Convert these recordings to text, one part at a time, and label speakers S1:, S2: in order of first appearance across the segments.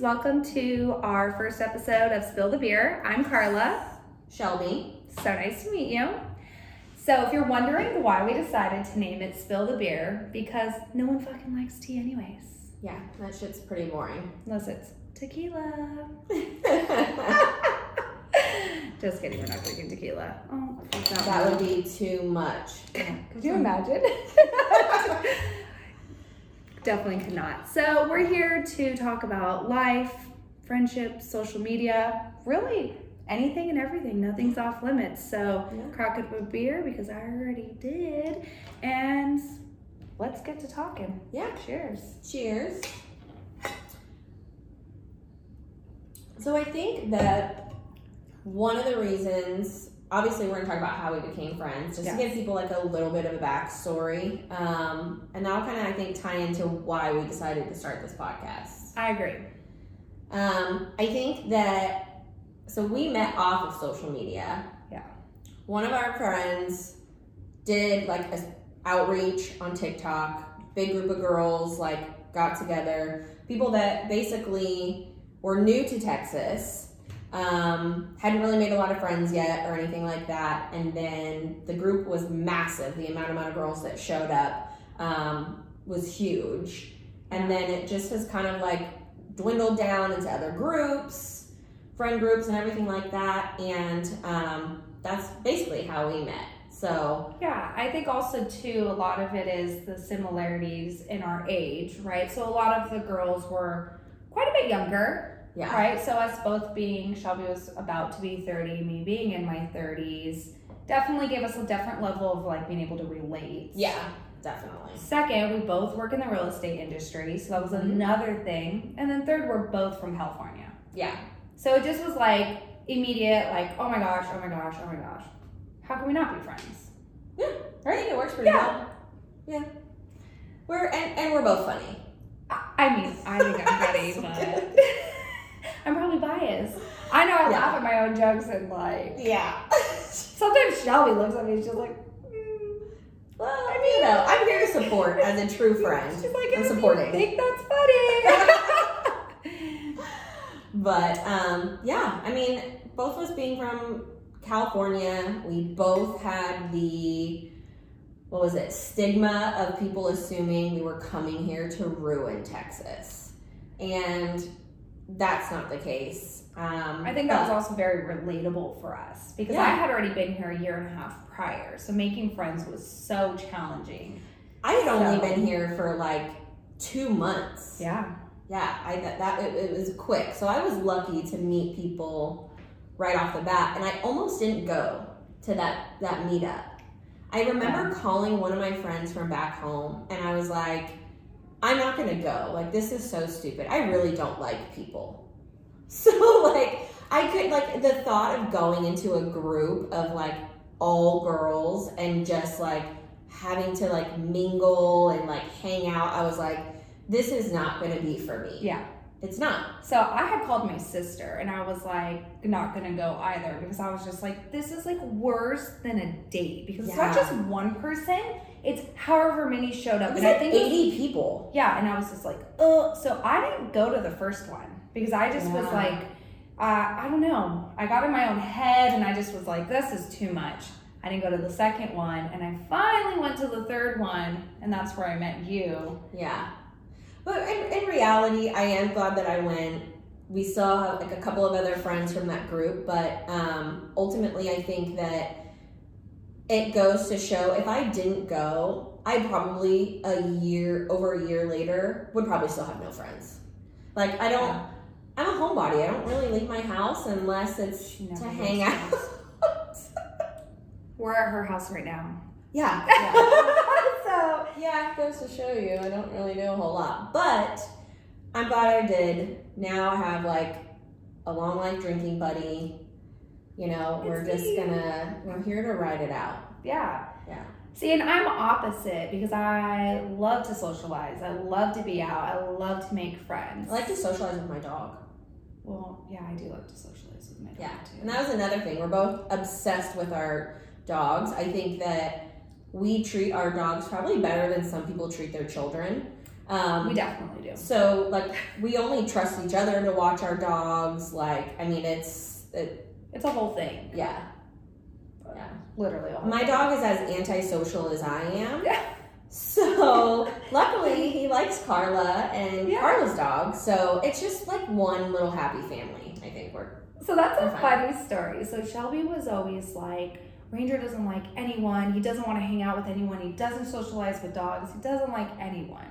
S1: welcome to our first episode of Spill the Beer. I'm Carla.
S2: Shelby.
S1: So nice to meet you. So, if you're wondering why we decided to name it Spill the Beer, because no one fucking likes tea, anyways,
S2: Yeah, that shit's pretty boring.
S1: unless it's tequila.
S2: that
S1: Just kidding, we're not drinking tequila. Oh, fuck that one.
S2: would be too much.
S1: Could you imagine? Definitely could not. So, we're here to talk about life, friendship, social media, really anything and everything. Nothing's off limits. So,
S2: Yeah.
S1: crack up a beer because I already did. And let's get to talking.
S2: Yeah.
S1: Cheers.
S2: Cheers. So I think that one of the reasons, obviously, we're going to talk about how we became friends, just to
S1: Yeah.
S2: give people like a little bit of a backstory, um, and that'll kind of I think tie into why we decided to start this podcast.
S1: I agree.
S2: Um, I think that so we met off of social media.
S1: Yeah.
S2: One of our friends did like a outreach on TikTok. Big group of girls like got together. People that basically were new to Texas, um, hadn't really made a lot of friends yet or anything like that. And then the group was massive. The amount amount of girls that showed up um, was huge. And then it just has kind of like dwindled down into other groups, friend groups, and everything like that. And um, that's basically how we met. So
S1: Yeah, I think also too a lot of it is the similarities in our age, right? So a lot of the girls were quite a bit younger,
S2: yeah,
S1: right? So us both being Shelby was about to be 30, me being in my 30s, definitely gave us a different level of like being able to relate.
S2: yeah, definitely.
S1: Second, we both work in the real estate industry, so that was
S2: Mhm.
S1: another thing. And then third, we're both from California.
S2: Yeah,
S1: So it just was like immediate like, "Oh my gosh, oh my gosh, oh my gosh. How can we not be friends?"
S2: I think it works pretty
S1: Yeah.
S2: well. Yeah, we're and, and we're both funny.
S1: I I mean, I think I'm funny, but I'm probably biased. I know I laugh at my own jokes and like
S2: Yeah.
S1: sometimes Shelby looks at me and she's like, mm.
S2: well, I mean, you know, I'm here to support as a true
S1: mm, she's
S2: friend,
S1: like,
S2: I'm
S1: "If you
S2: supporting.
S1: Think that's funny?
S2: but um, yeah, I mean, both of us being from California, we both had the what was it stigma of people assuming we were coming here to ruin Texas, and that's not the case. Um,
S1: I think that was
S2: but-
S1: also very relatable for us because
S2: Yeah.
S1: I had already been here a year and a half prior, so making friends was so challenging.
S2: I had only
S1: So-
S2: been here for like two months.
S1: Yeah,
S2: Yeah, I that, that it, it was quick. So I was lucky to meet people right off the bat, and I almost didn't go to that that meetup. I remember calling one of my friends from back home, and I was like, "I'm not gonna go. Like this is so stupid. I really don't like people." So like I could like the thought of going into a group of like all girls and just like having to like mingle and like hang out. I was like, this is not going to be for me.
S1: yeah.
S2: It's not.
S1: So I had called my sister and I was like, not gonna go either because I was just like, this is like worse than a date because it's not
S2: Yeah.
S1: just one person, it's however many showed up.
S2: It was
S1: And I
S2: like
S1: think, it was-
S2: 80 people.
S1: yeah, and I was just like, oh, so I didn't go to the first one because I just was
S2: Yeah.
S1: like, uh, I don't know. I got in my own head and I just was like, this is too much. I didn't go to the second one and I finally went to the third one and that's where I met you.
S2: Yeah. But in, in reality, I am glad that I went. We still have like a couple of other friends from that group, but um, ultimately, I think that it goes to show if I didn't go, I probably a year over a year later would probably still have no friends. Like I don't. I'm a homebody. I don't really leave my house unless it's
S1: She never
S2: to
S1: leaves
S2: hang
S1: her
S2: out.
S1: We're at her house right now.
S2: yeah.
S1: so
S2: Yeah, it goes to show you I don't really know a whole lot. But I'm glad I did. Now I have like a long life drinking buddy. You know, we're
S1: It's
S2: just
S1: me.
S2: gonna we're here to ride it out.
S1: Yeah.
S2: Yeah.
S1: See, and I'm opposite because I love to socialize. I love to be out. I love to make friends.
S2: I like to socialize with my dog.
S1: well, yeah, I do love to socialize with my dog
S2: Yeah.
S1: too.
S2: And that was another thing. We're both obsessed with our dogs. I think that we treat our dogs probably better than some people treat their children. Um,
S1: We definitely do.
S2: so like we only trust each other to watch our dogs. Like I mean, it's it,
S1: It's a whole thing.
S2: yeah, yeah.
S1: Literally a whole
S2: My dog is as antisocial as I am.
S1: Yeah.
S2: So luckily he likes Carla and
S1: Yeah.
S2: Carla's dog. So it's just like one little happy family. I think we're
S1: So that's a
S2: Okay.
S1: funny story. So Shelby was always like, Ranger doesn't like anyone. He doesn't want to hang out with anyone. He doesn't socialize with dogs. He doesn't like anyone.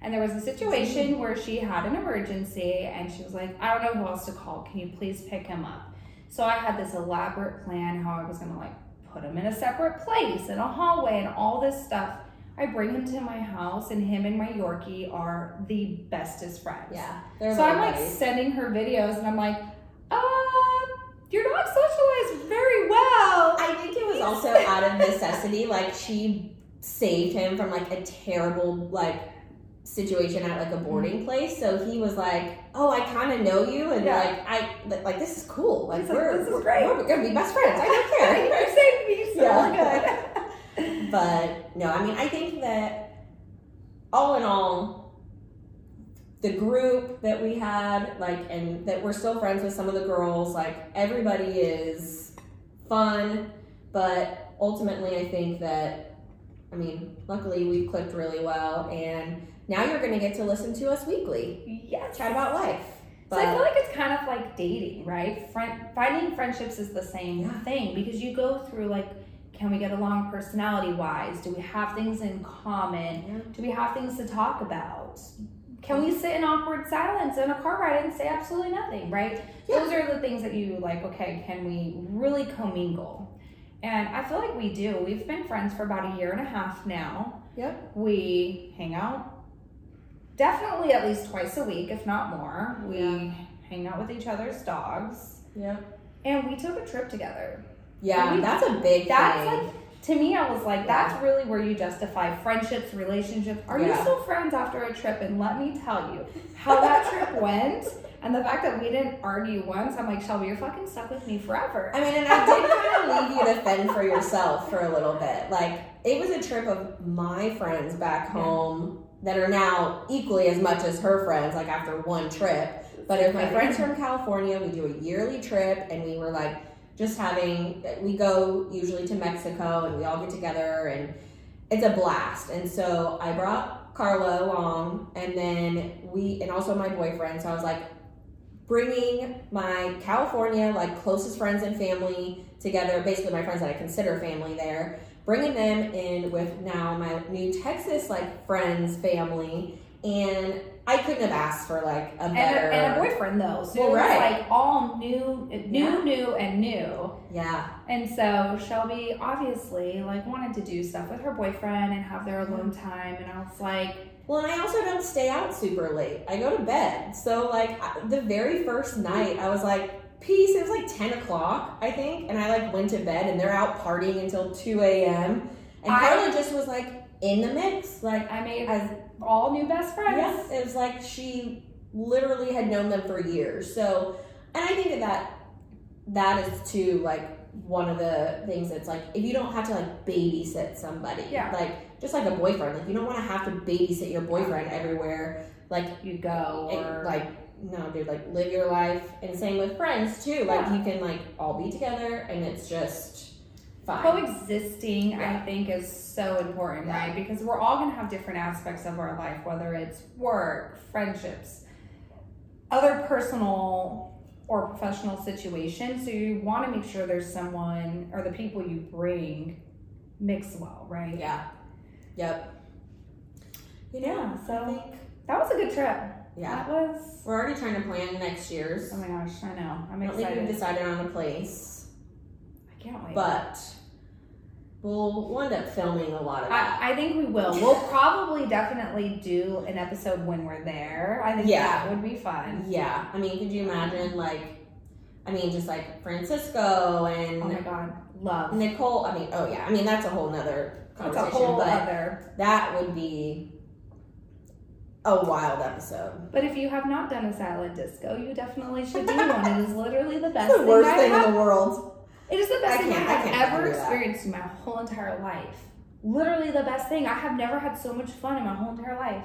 S1: And there was a
S2: Mm-hmm.
S1: situation where she had an emergency and she was like, I don't know who else to call. Can you please pick him up? So I had this elaborate plan how I was going to like put him in a separate place in a hallway and all this stuff. I bring him to my house and him and my Yorkie are the bestest friends.
S2: yeah. They're
S1: So I'm
S2: little
S1: like
S2: buddies.
S1: sending her videos, and I'm like, uh, your dog socialized very well.
S2: I think it was also out of necessity. Like she saved him from like a terrible like situation at like a boarding place. So he was like, "Oh, I kind of know you, and
S1: Mm-hmm. Yeah.
S2: like I but, like this is cool. Like
S1: He's like,
S2: we're
S1: "This is
S2: we're-
S1: great."
S2: We're gonna be best friends. I don't care."
S1: You're saving me so
S2: Yeah.
S1: good.
S2: But no, I mean, I think that all in all, the group that we had, like, and that we're still friends with some of the girls, like, everybody is fun. But ultimately, I think that, I mean, luckily we clicked really well. And now you're going to get to listen to us weekly
S1: yes.
S2: chat about life.
S1: So I feel
S2: But
S1: like it's kind of like dating, right? Friend, finding friendships is the same
S2: Yeah.
S1: thing because you go through like, can we get along personality wise? Do we have things in common?
S2: Yeah.
S1: Do we have things to talk about? Can we sit in awkward silence in a car ride and say absolutely nothing, right?
S2: Yeah.
S1: Those are the things that you like, okay, can we really commingle? And I feel like we do. We've been friends for about a year and a half now.
S2: Yep.
S1: We hang out definitely at least twice a week, if not more. We
S2: Yeah.
S1: hang out with each other's dogs.
S2: yeah.
S1: And we took a trip together.
S2: Yeah,
S1: We-
S2: that's a big
S1: That's
S2: thing.
S1: like to me, I was like, that's really where you justify friendships, relationships. Are you
S2: Yeah.
S1: still friends after a trip? And let me tell you how that trip went and the fact that we didn't argue once. I'm like, Shelby, you're fucking stuck with me forever.
S2: I mean, and I did kind of leave you to fend for yourself for a little bit. Like, it was a trip of my friends back
S1: Yeah.
S2: home that are now equally as much as her friends, like after one trip. But if my friends from California, we do a yearly trip, and we were like just having, we go usually to Mexico and we all get together, and it's a blast. And so I brought Carla along, and then we, and also my boyfriend. So I was like, bringing my California like closest friends and family together, basically my friends that I consider family there, bringing them in with now my new Texas like friends family, and I couldn't have asked for like a
S1: and,
S2: better
S1: a, and a boyfriend though, so
S2: Well,
S1: it was
S2: right.
S1: like all new, new,
S2: Yeah.
S1: new, and new.
S2: yeah
S1: And so Shelby obviously like wanted to do stuff with her boyfriend and have their alone time. And I was like,
S2: Well, and I also don't stay out super late. I go to bed. So, like, I- the very first night, I was like, peace. It was like 10 o'clock, I think. And I, like, went to bed and they're out partying until 2 a.m. And
S1: I-
S2: Carla just was, like, in the mix. Like,
S1: I made
S2: as,
S1: all new best friends.
S2: yes, it was like she literally had known them for years. So, and I think that that, that is too, like, one of the things that's like if you don't have to like babysit somebody
S1: Yeah.
S2: like just like a boyfriend like you don't want to have to babysit your boyfriend everywhere like
S1: You go
S2: and,
S1: or
S2: like no dude like live your life and same with friends too like
S1: Yeah.
S2: you can like all be together and it's just fine
S1: coexisting i
S2: Yeah.
S1: think is so important
S2: Yeah.
S1: right because we're all going to have different aspects of our life whether it's work friendships other personal or professional situations so you want to make sure there's someone or the people you bring mix well right
S2: yeah yep you know
S1: Yeah, so-
S2: I think,
S1: that was a good trip
S2: yeah
S1: that was
S2: we're already trying to plan next year's
S1: oh my gosh i know i'm
S2: i don't think we've
S1: excited
S2: decided on a place
S1: i can't wait
S2: but we'll we'll end up filming a lot of that
S1: I, I think we will. We'll probably definitely do an episode when we're there. I think
S2: Yeah.
S1: that would be fun.
S2: yeah i mean could you imagine like i mean just like francisco and
S1: Oh my god, love.
S2: nicole i mean oh yeah i mean that's a whole nother
S1: It's
S2: conversation
S1: a whole
S2: but
S1: other.
S2: That would be a wild episode.
S1: But if you have not done a salad disco, you definitely should do one. It is literally the best
S2: That's the
S1: thing
S2: worst
S1: I've
S2: thing
S1: had-
S2: in the world.
S1: It is the
S2: I
S1: best thing
S2: can't- I
S1: I've
S2: can't
S1: ever
S2: do that.
S1: experienced in my whole entire life. Literally the best thing. I have never had so much fun in my whole entire life.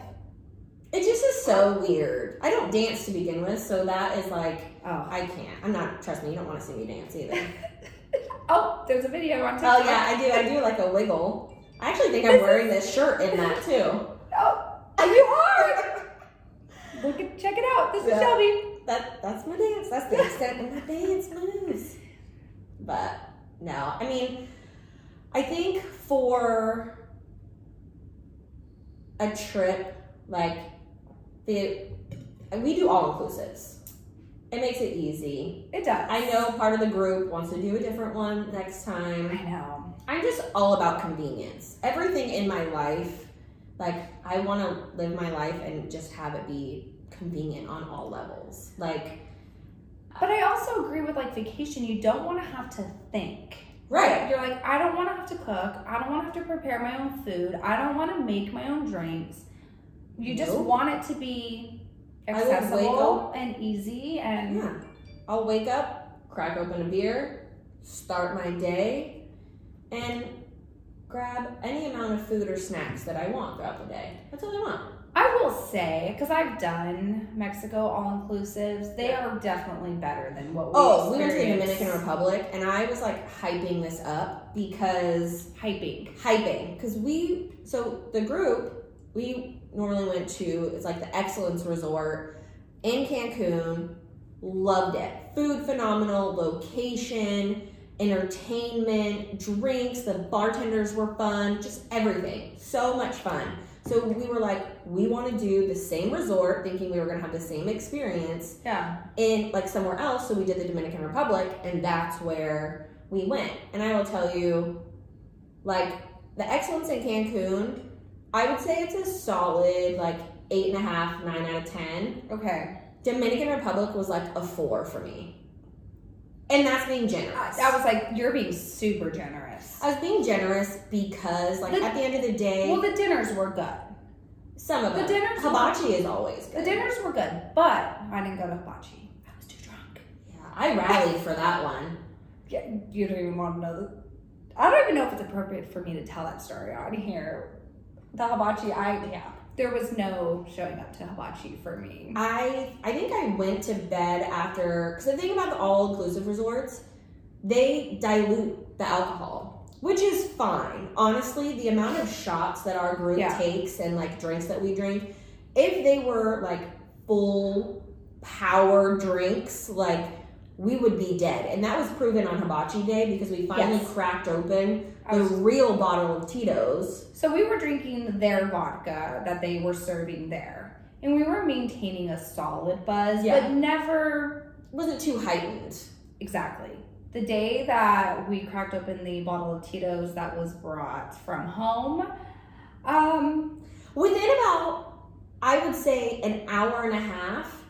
S2: It just is so weird. I don't dance to begin with, so that is like
S1: Oh.
S2: I can't. I'm not. Trust me, you don't want to see me dance either.
S1: Oh, there's a video on TikTok.
S2: oh yeah, I do. I do like a wiggle. I actually think I'm wearing this shirt in that too.
S1: Oh, you are. Look at, check it out. This
S2: Yeah.
S1: is Shelby.
S2: That that's my dance. That's the extent of my dance moves. But no, I mean, I think for a trip like the we do all inclusives. It makes it easy.
S1: It does.
S2: I know part of the group wants to do a different one next time.
S1: I know.
S2: I'm just all about convenience. Everything in my life, like I want to live my life and just have it be convenient on all levels. Like
S1: But I also agree with like vacation. You don't want to have to think.
S2: right,
S1: You're like, I don't want to have to cook. I don't want to have to prepare my own food. I don't want to make my own drinks. You just
S2: Nope.
S1: want it to be
S2: I would wake
S1: accessible and easy and
S2: yeah. I'll wake up, crack open a beer, start my day, and grab any amount of food or snacks that I want throughout the day. That's all I want.
S1: I will say, because I've done Mexico all inclusives, they
S2: Yeah.
S1: are definitely better than what we.
S2: Oh, we went to the
S1: experienced.
S2: Dominican Republic, and I was like hyping this up because
S1: Hyping.
S2: hyping because we so the group we normally went to it's like the excellence resort in cancun loved it food phenomenal location entertainment drinks the bartenders were fun just everything so much fun so we were like we want to do the same resort thinking we were going to have the same experience
S1: Yeah.
S2: in like somewhere else. So we did the Dominican Republic, and that's where we went. And I will tell you, like the excellence in Cancun, I would say it's a solid like eight and a half, nine out of ten.
S1: Okay.
S2: Dominican Republic was like a four for me, and that's being generous.
S1: I was like, you're being super generous.
S2: I was being generous because, like,
S1: The-
S2: at the end of the day,
S1: Well, the dinners were good.
S2: some of
S1: the
S2: it.
S1: dinners-
S2: hibachi is always
S1: The
S2: good.
S1: dinners were good, but I didn't go to hibachi. I was too drunk.
S2: yeah, I rallied for that one.
S1: Yeah, you don't even want to know. The, I don't even know if it's appropriate for me to tell that story on here. The hibachi, I yeah. There was no showing up to hibachi for me.
S2: I I think I went to bed after because the thing about the all inclusive resorts, they dilute the alcohol, which is fine. Honestly, the amount of shots that our group
S1: Yeah.
S2: takes and like drinks that we drink, if they were like full power drinks, like we would be dead. And that was proven on Hibachi Day because we finally
S1: Yes.
S2: cracked open
S1: I
S2: the
S1: was
S2: real bottle of Tito's.
S1: So we were drinking their vodka that they were serving there. And we were maintaining a solid buzz,
S2: Yeah.
S1: but never
S2: It wasn't too heightened.
S1: exactly. The day that we cracked open the bottle of Tito's that was brought from home, um,
S2: Within about, I would say, an hour and a half,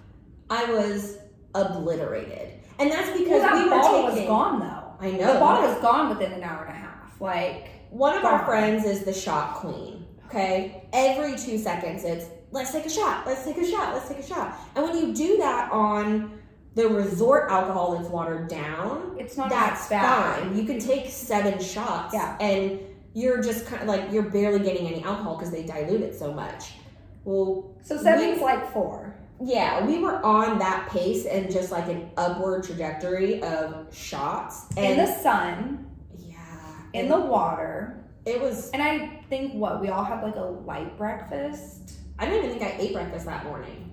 S2: I was obliterated, and that's
S1: well,
S2: because
S1: that
S2: we
S1: bottle
S2: were
S1: was
S2: taking.
S1: gone though.
S2: I
S1: The bottle
S2: know.
S1: was gone within an hour and a half. Like,
S2: One of our
S1: gone.
S2: friends is the shot queen. Okay, every two seconds, it's let's take a shot, let's take a shot, let's take a shot. And when you do that on the resort alcohol that's watered down,
S1: it's not
S2: that's
S1: that bad.
S2: fine. You can take seven shots,
S1: Yeah.
S2: and you're just kind of like you're barely getting any alcohol because they dilute it so much. Well,
S1: So seven's like four.
S2: Yeah, we were on that pace and just like an upward trajectory of shots.
S1: In
S2: And
S1: the sun,
S2: yeah,
S1: in
S2: and
S1: the water.
S2: it was.
S1: And I think what, we all had like a light breakfast?
S2: I don't even think I ate breakfast that morning.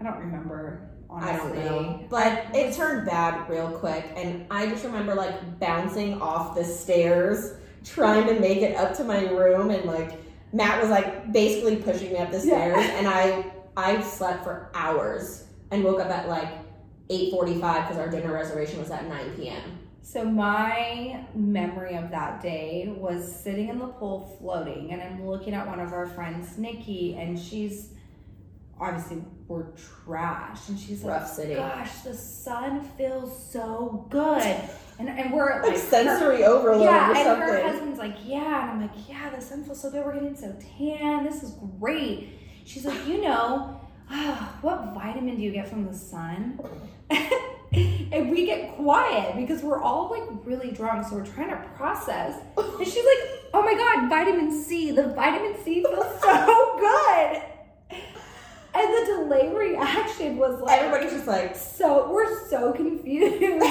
S1: I don't remember, honestly.
S2: I don't know, but it turned bad real quick, and I just remember like bouncing off the stairs, trying to make it up to my room, and like Matt was like basically pushing me up the
S1: Yeah.
S2: stairs, and I I slept for hours and woke up at like eight forty five because our dinner reservation was at nine p.m.
S1: So my memory of that day was sitting in the pool floating, and I'm looking at one of our friends, Nikki, and she's obviously we're trash, and she's like,
S2: Rough city.
S1: "Gosh, the sun feels so good," and and we're like,
S2: like sensory overload
S1: yeah,
S2: or
S1: and her
S2: something.
S1: husband's like, "Yeah," and I'm like, "Yeah, the sun feels so good. We're getting so tan. This is great." She's like, "You know, ah, what vitamin do you get from the sun?" and we get quiet because we're all like really drunk, so we're trying to process. And she's like, "Oh my god, vitamin C. The vitamin C feels so good." And the delay reaction was like
S2: Everybody's just like,
S1: so we're so confused. and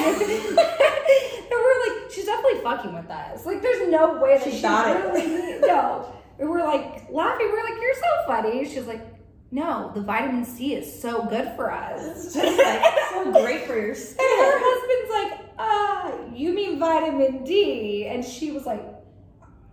S1: we're like, she's definitely fucking with us. Like, there's no way that
S2: She
S1: she,
S2: got it.
S1: really no. And we're like laughing. We're like, you're so funny. She's like, no, the vitamin C is so good for us.
S2: it's just like so great for your
S1: And her
S2: skin.
S1: husband's like, ah, you mean vitamin D? And she was like,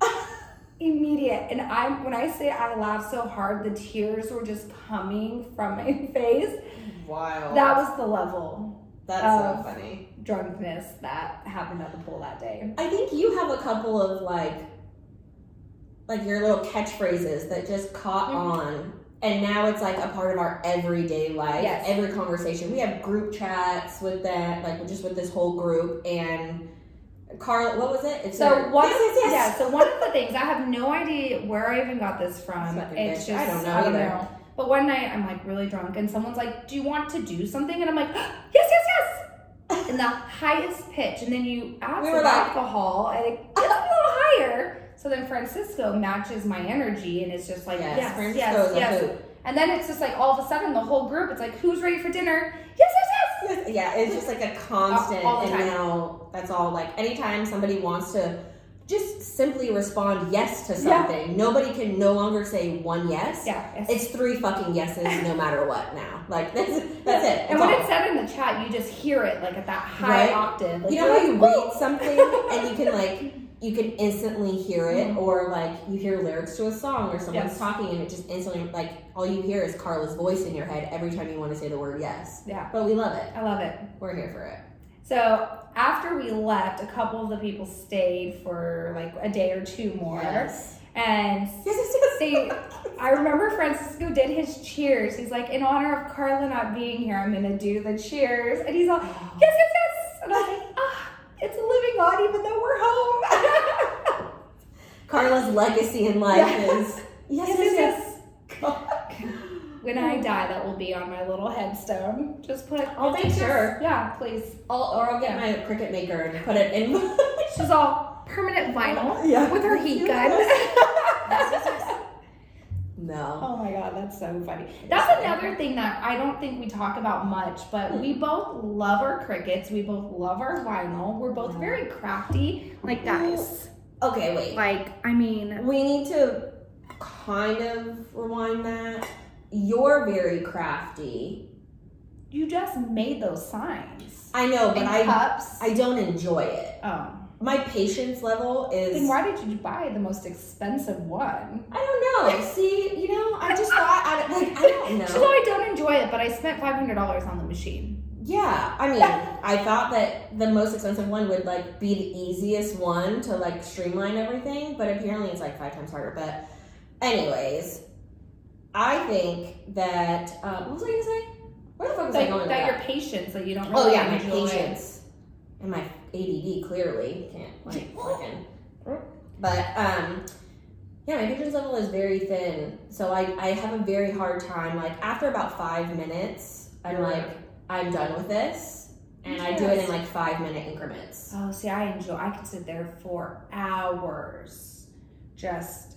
S1: immediate. And I, when I say I laughed so hard, the tears were just coming from my face.
S2: Wow.
S1: That was the level
S2: That's
S1: um,
S2: so funny.
S1: drunkenness that happened at the pool that day.
S2: I think you have a couple of like, like your little catchphrases that just caught
S1: Mhm.
S2: on. And now it's like a part of our everyday life,
S1: Yes.
S2: every conversation. We have group chats with that, like just with this whole group. And Carl, what was it? It's
S1: So
S2: your-
S1: one,
S2: Yes, yes, yes.
S1: yeah. So one of the things I have no idea where I even got this from.
S2: Fucking
S1: It's
S2: bitch.
S1: just
S2: I don't know either.
S1: But one night I'm like really drunk, and someone's like, "Do you want to do something?" And I'm like, "Yes, yes, yes!" In the highest pitch, and then you add
S2: We
S1: some
S2: were like-
S1: alcohol, and it gets a little higher. So then Francisco matches my energy, and it's just like,
S2: Yes,
S1: "Yes, yes,
S2: Francisco
S1: yes."
S2: is a hoot.
S1: And then it's just like all of a sudden the whole group, it's like, "Who's ready for dinner?" Yes, yes, yes.
S2: yeah, it's just like a constant,
S1: All- all the
S2: and
S1: time.
S2: now that's all. Like anytime somebody wants to just simply respond yes to
S1: Yeah.
S2: something, nobody can no longer say one yes.
S1: Yeah, yes.
S2: It's three fucking yeses, no matter what. Now, like that's that's it.
S1: And
S2: That's
S1: when
S2: all.
S1: it said in the chat, you just hear it like at that high
S2: Right.
S1: octave. Like,
S2: you know how you
S1: "Woo!"
S2: read something and you can like you can instantly hear it, or like you hear lyrics to a song or someone's
S1: Mm-hmm. Yes.
S2: talking and it just instantly like all you hear is Carla's voice in your head every time you want to say the word yes.
S1: Yeah.
S2: But we love it.
S1: I love it.
S2: We're here for it.
S1: So after we left, a couple of the people stayed for like a day or two more,
S2: Yes.
S1: and
S2: Yes, yes, yes.
S1: they. I remember Francisco did his cheers. He's like, in honor of Carla not being here, I'm gonna do the cheers, and he's all, yes, yes, yes, and I'm like, ah, it's a living on, even though we're home.
S2: Carla's legacy in life
S1: Yeah.
S2: is yes,
S1: yes,
S2: yes, yes.
S1: yes, When I die, that will be on my little headstone. Just put.
S2: I'll
S1: yes,
S2: make
S1: yes, yes.
S2: sure.
S1: Yeah, please.
S2: I'll, or I'll get my cricket maker and put it in.
S1: She's all permanent vinyl
S2: Yeah.
S1: with her heat gun.
S2: no.
S1: Oh my god, that's so funny. That's another thing that I don't think we talk about much, but we both love our crickets. We both love our vinyl. We're both very crafty. Like guys.
S2: Okay, wait.
S1: Like, I mean
S2: We need to kind of rewind that. You're very crafty.
S1: you just made those signs.
S2: I know, but
S1: and
S2: I
S1: cups.
S2: I don't enjoy it.
S1: oh.
S2: My patience level is
S1: Then why did you buy the most expensive one?
S2: I don't know. See, you know, I just thought I don't, like I don't know.
S1: She's like, I don't enjoy it, but I spent five hundred dollars on the machine.
S2: Yeah, I mean, I thought that the most expensive one would like be the easiest one to like streamline everything, but apparently it's like five times harder. But, anyways, I think that um, what was I gonna say? Where the fuck was I
S1: Like
S2: going?
S1: that,
S2: with
S1: your patience that you don't really
S2: oh yeah, my
S1: enjoy.
S2: patience and my ADD clearly can't like fucking. But um, yeah, my patience level is very thin, so I I have a very hard time. Like after about five minutes, I'm like I'm done with this, and I do it in like five minute increments.
S1: Oh, see, I enjoy. I could sit there for hours, just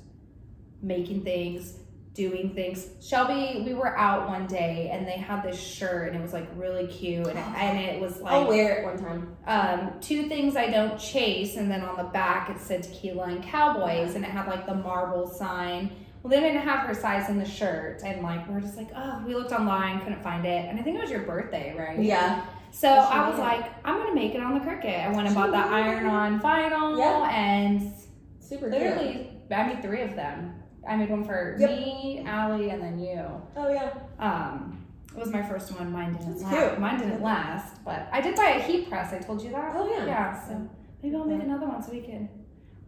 S1: making things, doing things. Shelby, we were out one day and they had this shirt and it was like really cute and, and it was
S2: I'll
S1: Oh, like
S2: wear it one time.
S1: um, two things I don't chase and then on the back it said tequila and cowboys and it had like the marble sign. Well, they didn't have her size in the shirt and like we were just like, oh, we looked online, couldn't find it, and I think it was your birthday, right?
S2: Yeah,
S1: So
S2: Yes, you
S1: I was
S2: did.
S1: like, I'm gonna make it on the cricket. I went and
S2: She
S1: bought that
S2: did.
S1: iron on vinyl
S2: Yeah.
S1: and
S2: super cute.
S1: literally I made three of them. I made one for
S2: Yep.
S1: me, Allie, and then you.
S2: Oh yeah,
S1: Um it was my first one. Mine didn't
S2: That's
S1: last.
S2: cute.
S1: Mine didn't last, but I did buy a heat press. I told you that.
S2: Oh, yeah.
S1: so maybe I'll make another one so we can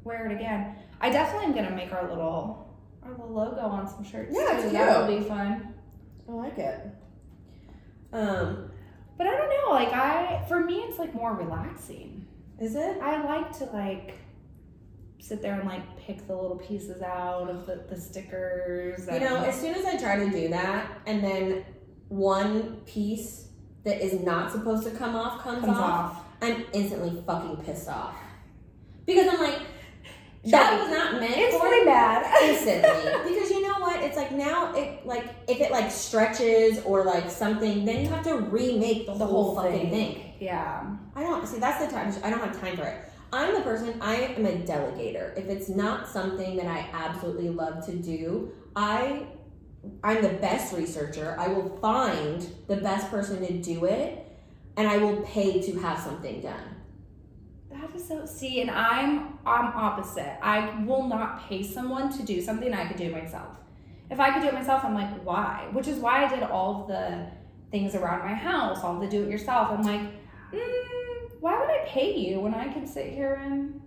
S1: wear it again. I definitely am gonna make our little our little logo on some shirts.
S2: Yeah, it's
S1: too. that will be fun.
S2: I like it. Um,
S1: But I don't know, like I for me it's like more relaxing.
S2: is it?
S1: I like to like sit there and like pick the little pieces out of the, the stickers.
S2: You
S1: And,
S2: know, as soon as I try to do that, and then one piece that is not supposed to come off comes,
S1: comes
S2: off,
S1: off.
S2: I'm instantly fucking pissed off. Because I'm like,
S1: Shelby,
S2: that was not meant for
S1: Instantly mad.
S2: instantly. because you know what? that it's like now it like if it like stretches or like something, then you have to remake the,
S3: The
S2: whole,
S3: whole
S2: fucking
S3: thing.
S2: thing.
S1: Yeah.
S2: I don't see that's the time I don't have time for it. I'm the person I am a delegator. If it's not something that I absolutely love to do, I I'm the best researcher. I will find the best person to do it and I will pay to have something done.
S1: That is so see, and I'm I'm opposite. I will not pay someone to do something I could do myself. If I could do it myself, I'm like, why? Which is why I did all of the things around my house, all the do it yourself. I'm like, mm, why would I pay you when I can sit here and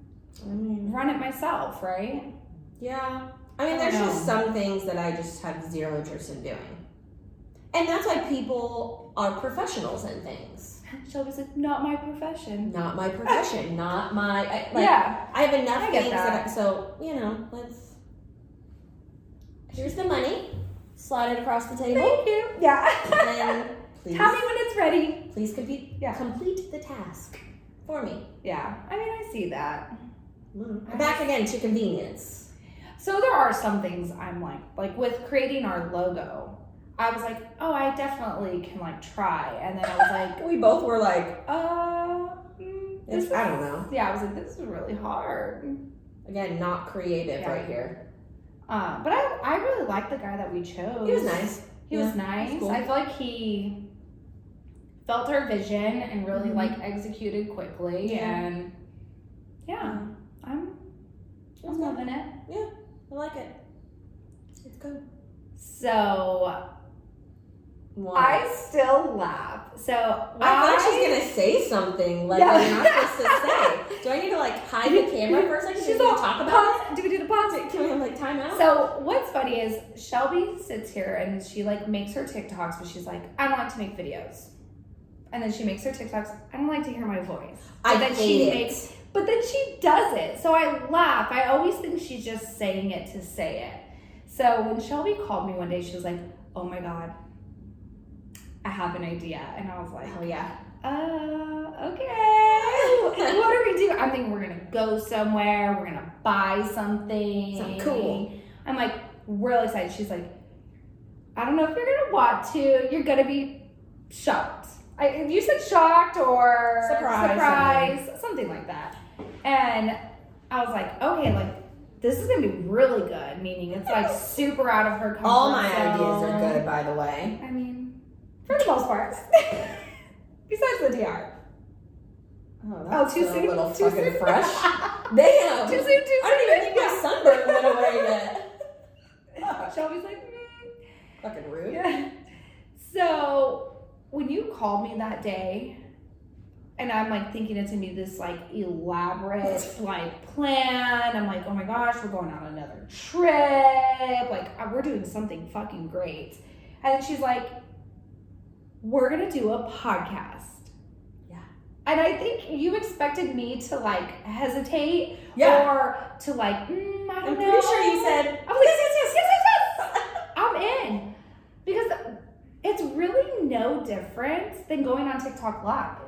S1: run it myself, right?
S2: Yeah. I mean,
S1: I
S2: there's
S1: don't
S2: just some things that I just have zero interest in doing. And that's why people are professionals in things.
S1: Shelby's like, not my profession.
S2: Not my profession, not my. I, like,
S1: yeah,
S2: I have enough
S1: I get
S2: things that.
S1: that.
S2: I, so, you know, let's. Here's the money. Slide it across the table.
S1: thank you. Yeah.
S2: and please,
S1: Tell me when it's ready.
S2: please complete,
S1: Yeah.
S2: complete the task for me.
S1: Yeah, I mean, I see that.
S2: Back again to convenience.
S1: So there are some things I'm like, like with creating our logo, I was like, oh, I definitely can like try, and then I was like,
S2: We both were like,
S1: uh, mm, this
S2: it's,
S1: is,
S2: I don't know.
S1: yeah, I was like, this is really hard.
S2: Again, not creative
S1: Yeah.
S2: right here.
S1: Uh, but I, I really liked the guy that we chose.
S2: He was nice.
S1: He was nice.
S2: cool.
S1: I feel like he felt our vision and really
S2: Mhm.
S1: like executed quickly,
S2: Yeah.
S1: and yeah, I'm I'm loving it.
S2: I like it. It's good.
S1: So
S2: Why?
S1: I still laugh. So
S2: I, thought she was gonna say something like
S1: Yeah.
S2: I'm not supposed to say. Do I need to like hide the camera for a second?
S1: She's
S2: She's all
S1: all
S2: talk about
S1: Do we do the pause?
S2: it? Can we have like time out?
S1: So what's funny is Shelby sits here and she like makes her TikToks, but she's like, I don't like to make videos. And then she makes her TikToks. I don't like to hear my voice.
S2: I
S1: then
S2: hate
S1: she
S2: it.
S1: makes- But then she does it. So I laugh. I always think she's just saying it to say it. So when Shelby called me one day, she was like, Oh my God, I have an idea. And I was like,
S2: oh yeah.
S1: uh, okay. what are we doing? I'm thinking we're gonna go somewhere. We're gonna buy something.
S2: Something cool.
S1: I'm like real excited. She's like, I don't know if you're gonna want to. You're gonna be shocked. I, if you said shocked or
S2: Surprised,
S1: surprise, something. like that. And I was like, okay, like this is gonna be really good. Meaning it's like super out of her comfort
S2: All my ideas
S1: zone.
S2: are good, by the way.
S1: I mean, for the most part. Besides the DR.
S2: Oh,
S1: Oh,
S2: that's
S1: too
S2: a
S1: soon.
S2: little
S1: too
S2: fucking
S1: soon.
S2: fresh. Damn.
S1: too soon. Too soon.
S2: I don't even think my sunburn went away yet.
S1: Yeah. Shelby's like, mm.
S2: Fucking rude.
S1: yeah. So when you called me that day, and I'm like thinking it's gonna be this like elaborate like plan. I'm like, oh my gosh, we're going on another trip. Like uh, we're doing something fucking great. And then she's like, we're gonna do a podcast.
S2: Yeah.
S1: And I think you expected me to like hesitate
S2: Yeah.
S1: or to like, mm, I don't know.
S2: I'm pretty sure you said
S1: I was like, Oh, yes, yes, yes, yes, yes, yes. I'm in. Because it's really no different than going on TikTok live.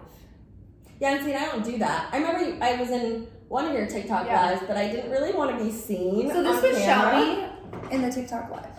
S2: Yeah, and see, I don't do that. I remember you, I was in one of your TikTok
S1: Yeah.
S2: lives, but I didn't really want to be seen.
S1: So this
S2: on
S1: was
S2: camera.
S1: Shelby in the TikTok live.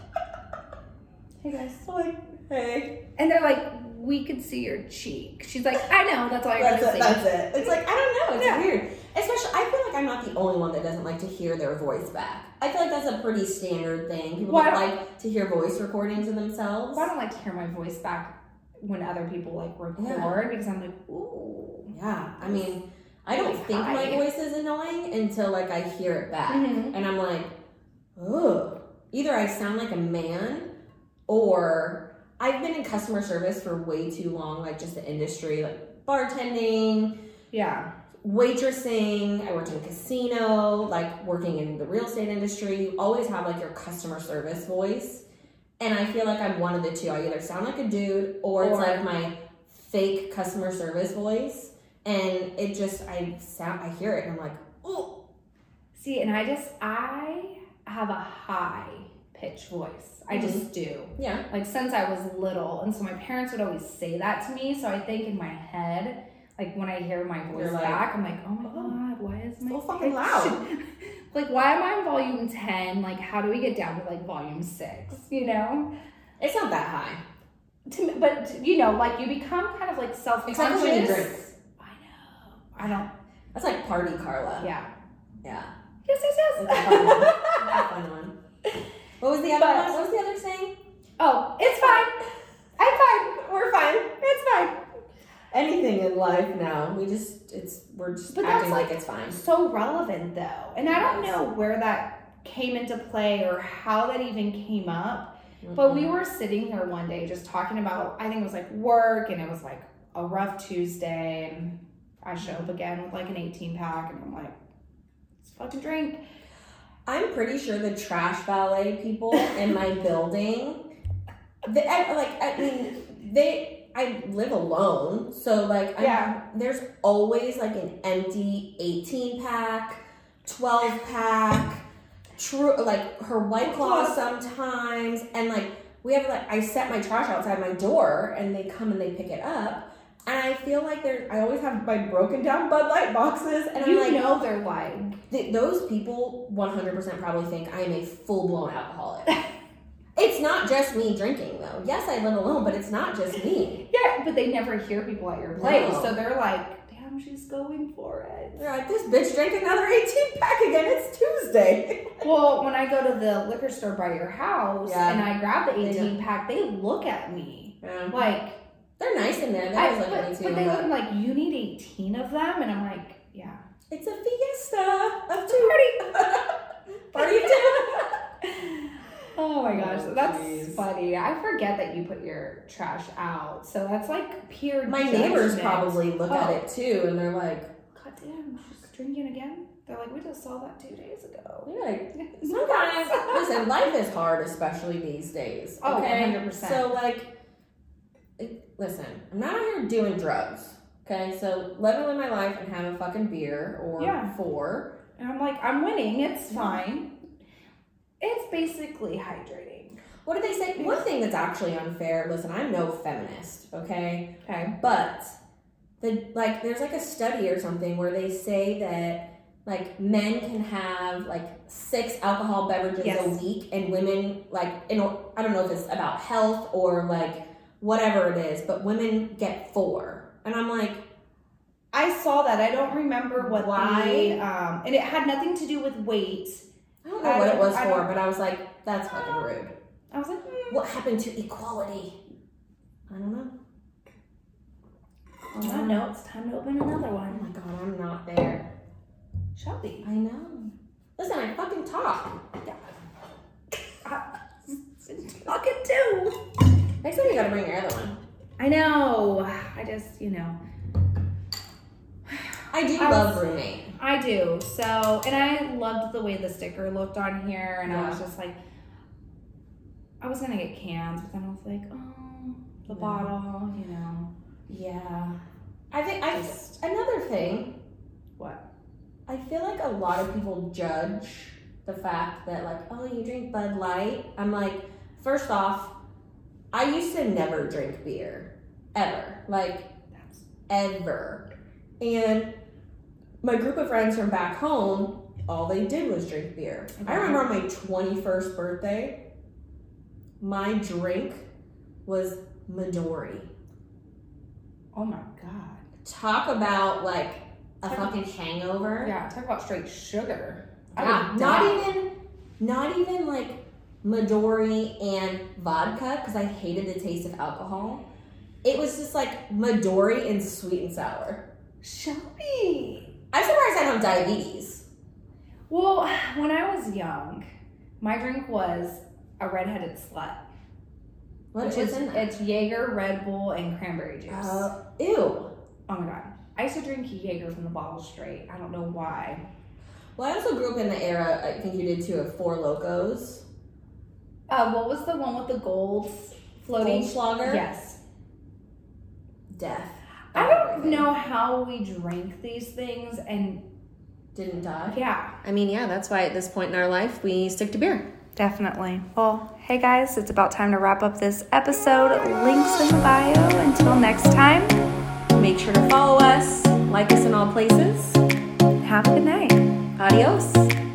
S1: Hey guys.
S2: like, hey,
S1: And they're like, we could see your cheek. She's like, I know, that's all you're
S2: that's
S1: gonna
S2: it,
S1: see.
S2: that's it. It's like, I don't know, it's
S1: Yeah.
S2: weird. Especially, I feel like I'm not the only one that doesn't like to hear their voice back. I feel like that's a pretty standard thing. People
S1: Why
S2: don't like to hear voice recordings of themselves.
S1: I don't like to hear my voice back when other people like record because I'm like, ooh.
S2: Yeah, I mean, I don't
S1: Like,
S2: think my
S1: hi.
S2: voice is annoying until like I hear it back.
S1: Mhm.
S2: and I'm like, oh, either I sound like a man or I've been in customer service for way too long, like just the industry, like bartending,
S1: Yeah.
S2: waitressing. I worked in a casino, like working in the real estate industry. You always have like your customer service voice. And I feel like I'm one of the two. I either sound like a dude or, it's
S1: Or-
S2: like my fake customer service voice. And it just, I sound, I hear it and I'm like, oh,
S1: See, and I just I have a high pitch voice. I
S2: Mm-hmm.
S1: just do.
S2: yeah.
S1: Like since I was little, and so my parents would always say that to me. So I think in my head, like when I hear my voice
S2: You're like,
S1: back, I'm like, oh my
S2: "Oh,
S1: god, why is my
S2: so fucking
S1: pitch-
S2: loud."
S1: Like, why am I on volume 10? Like, how do we get down to like volume six, you know?
S2: It's not that high.
S1: To, me- but, you know, like you become kind of like self conscious.
S2: Except for when you drink.
S1: I know. I don't,
S2: That's like party Carla.
S1: yeah.
S2: Yeah.
S1: Yes, yes,
S2: That's a fun one.
S1: yes.
S2: That's a fun one. What was the other
S1: But-
S2: one? What was the other saying?
S1: oh, it's fine. I'm fine. We're fine. It's fine.
S2: Anything in life now. We just it's we're just
S1: But that's
S2: acting like, it's fine.
S1: so relevant though. And I don't know where that came into play or how that even came up, but
S2: Mm-hmm.
S1: we were sitting here one day just talking about, I think it was like work and it was like a rough Tuesday and I show up again with like an 18 pack and I'm like, let's fucking drink.
S2: I'm pretty sure the trash ballet people in my building, they, I, like I mean, they I live alone, so like I'm,
S1: Yeah.
S2: there's always like an empty 18 pack, 12 pack, true like her white claw sometimes, and like we have like I set my trash outside my door, and they come and they pick it up. And I feel like there, I always have my broken down Bud Light boxes, and
S1: you
S2: I'm like,
S1: know they're lying.
S2: Th- those people 100% probably think I'm a full blown alcoholic. it's not just me drinking though. Yes, I live alone, but it's not just me.
S1: Yeah, but they never hear people at your place.
S2: No.
S1: So they're like, damn, she's going for it.
S2: They're like, this bitch drank another 18 pack again. It's Tuesday.
S1: Well, when I go to the liquor store by your house
S2: Yeah.
S1: and I grab the
S2: They
S1: 18 pack, they look at me like,
S2: They're nice in there. They're
S1: I,
S2: always
S1: but,
S2: looking at
S1: but
S2: you,
S1: they
S2: but
S1: look at me like you need 18 of them and i'm like yeah
S2: It's a fiesta of two. Party. Party of two.
S1: oh my gosh
S2: Oh,
S1: that's
S2: jeez.
S1: funny i forget that you put your trash out so that's like pure
S2: My neighbors
S1: judgment. Oh.
S2: probably look at it too and they're like,
S1: god damn she's drinking again they're like we just saw that two days ago
S2: yeah, Sometimes, listen, life is hard, especially these days.
S1: Oh,
S2: Okay,
S1: 100%.
S2: So, like, it, listen, I'm not out here doing drugs. Okay, so let me live my life and have a fucking beer or
S1: Yeah.
S2: four.
S1: and i'm like i'm winning it's fine it's basically hydrating
S2: What did they say? One thing that's actually unfair. Listen, I'm no feminist. Okay,
S1: okay
S2: But the like there's like a study or something where they say that like men can have like six alcohol beverages a
S1: Yes.
S2: week and women like in or- I don't know if it's about health or like whatever it is, but women get four. And I'm like,
S1: i saw that i don't remember what
S2: Why?
S1: the, um and it had nothing to do with weight
S2: I don't know
S1: I
S2: what it
S1: don't-
S2: was
S1: I
S2: for,
S1: don't-
S2: but I was like, that's fucking rude.
S1: i was like hmm.
S2: What happened to equality? I don't know.
S1: on that note it's time to open another
S2: Oh
S1: one
S2: my god, I'm not there.
S1: shelby
S2: I know. Listen, I fucking talk.
S1: Fucking do.
S2: Next time you gotta bring your other one.
S1: I know. I just, you know,
S2: I do
S1: I
S2: love
S1: was-
S2: roommate.
S1: I do. So, and I loved the way the sticker looked on here, and I was just like, I was gonna get cans, but then I was like, oh, the
S2: No.
S1: bottle, you know.
S2: Yeah. I think I
S1: Just-
S2: another thing.
S1: What?
S2: I feel like a lot of people judge the fact that like, oh, you drink Bud Light. I'm like, first off, I used to never drink beer ever. Like
S1: That's-
S2: ever. And my group of friends from back home, all they did was drink beer. I remember on my 21st birthday, my drink was Midori.
S1: Oh my god.
S2: talk about like a
S1: Talk-
S2: fucking hangover.
S1: Yeah, talk about straight sugar. I
S2: Yeah,
S1: would
S2: not
S1: die.
S2: even, not even like Midori and vodka because I hated the taste of alcohol. It was just like Midori and sweet and sour.
S1: Shelby.
S2: I'm surprised I don't have diabetes.
S1: Well, when I was young, my drink was a redheaded slut,
S2: What
S1: which
S2: what's
S1: is
S2: in that?
S1: it's Jaeger, Red Bull, and cranberry juice.
S2: Uh, ew.
S1: Oh my god. I used to drink Jaeger from the bottle straight. I don't know why.
S2: Well, I also grew up in the era. I think you did too of Four Locos,
S1: Uh, what was the one with the gold floating?
S2: Goldschlager,
S1: Yes.
S2: death.
S1: I don't know how we drank these things and
S2: Didn't die.
S1: yeah.
S2: I mean, yeah, that's why at this point in our life we stick to beer.
S1: Definitely. Well, hey guys, it's about time to wrap up this episode. Links in the bio. Until next time,
S2: Make sure to follow us, like us in all places.
S1: have a good night.
S2: Adios.